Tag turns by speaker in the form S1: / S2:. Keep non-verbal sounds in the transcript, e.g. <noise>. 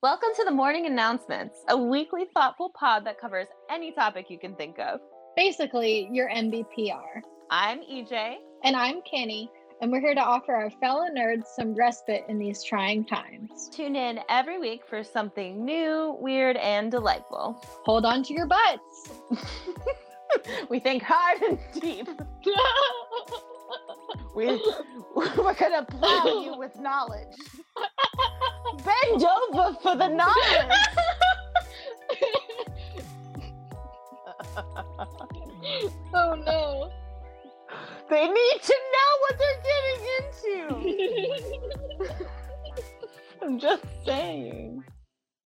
S1: Welcome to the Morning Announcements, a weekly thoughtful pod that covers any topic you can think of.
S2: Basically, your MBPR.
S1: I'm E EJ.
S2: And I'm Kenny, and we're here to offer our fellow nerds some respite in these trying times.
S1: Tune in every week for something new, weird, and delightful.
S2: Hold on to your butts. <laughs>
S1: We think hard and deep. We, <laughs> we're going to plow you with knowledge. Bend over for the knowledge.
S2: oh no.
S1: They need to know what they're
S2: <laughs>
S1: getting into. I'm just saying.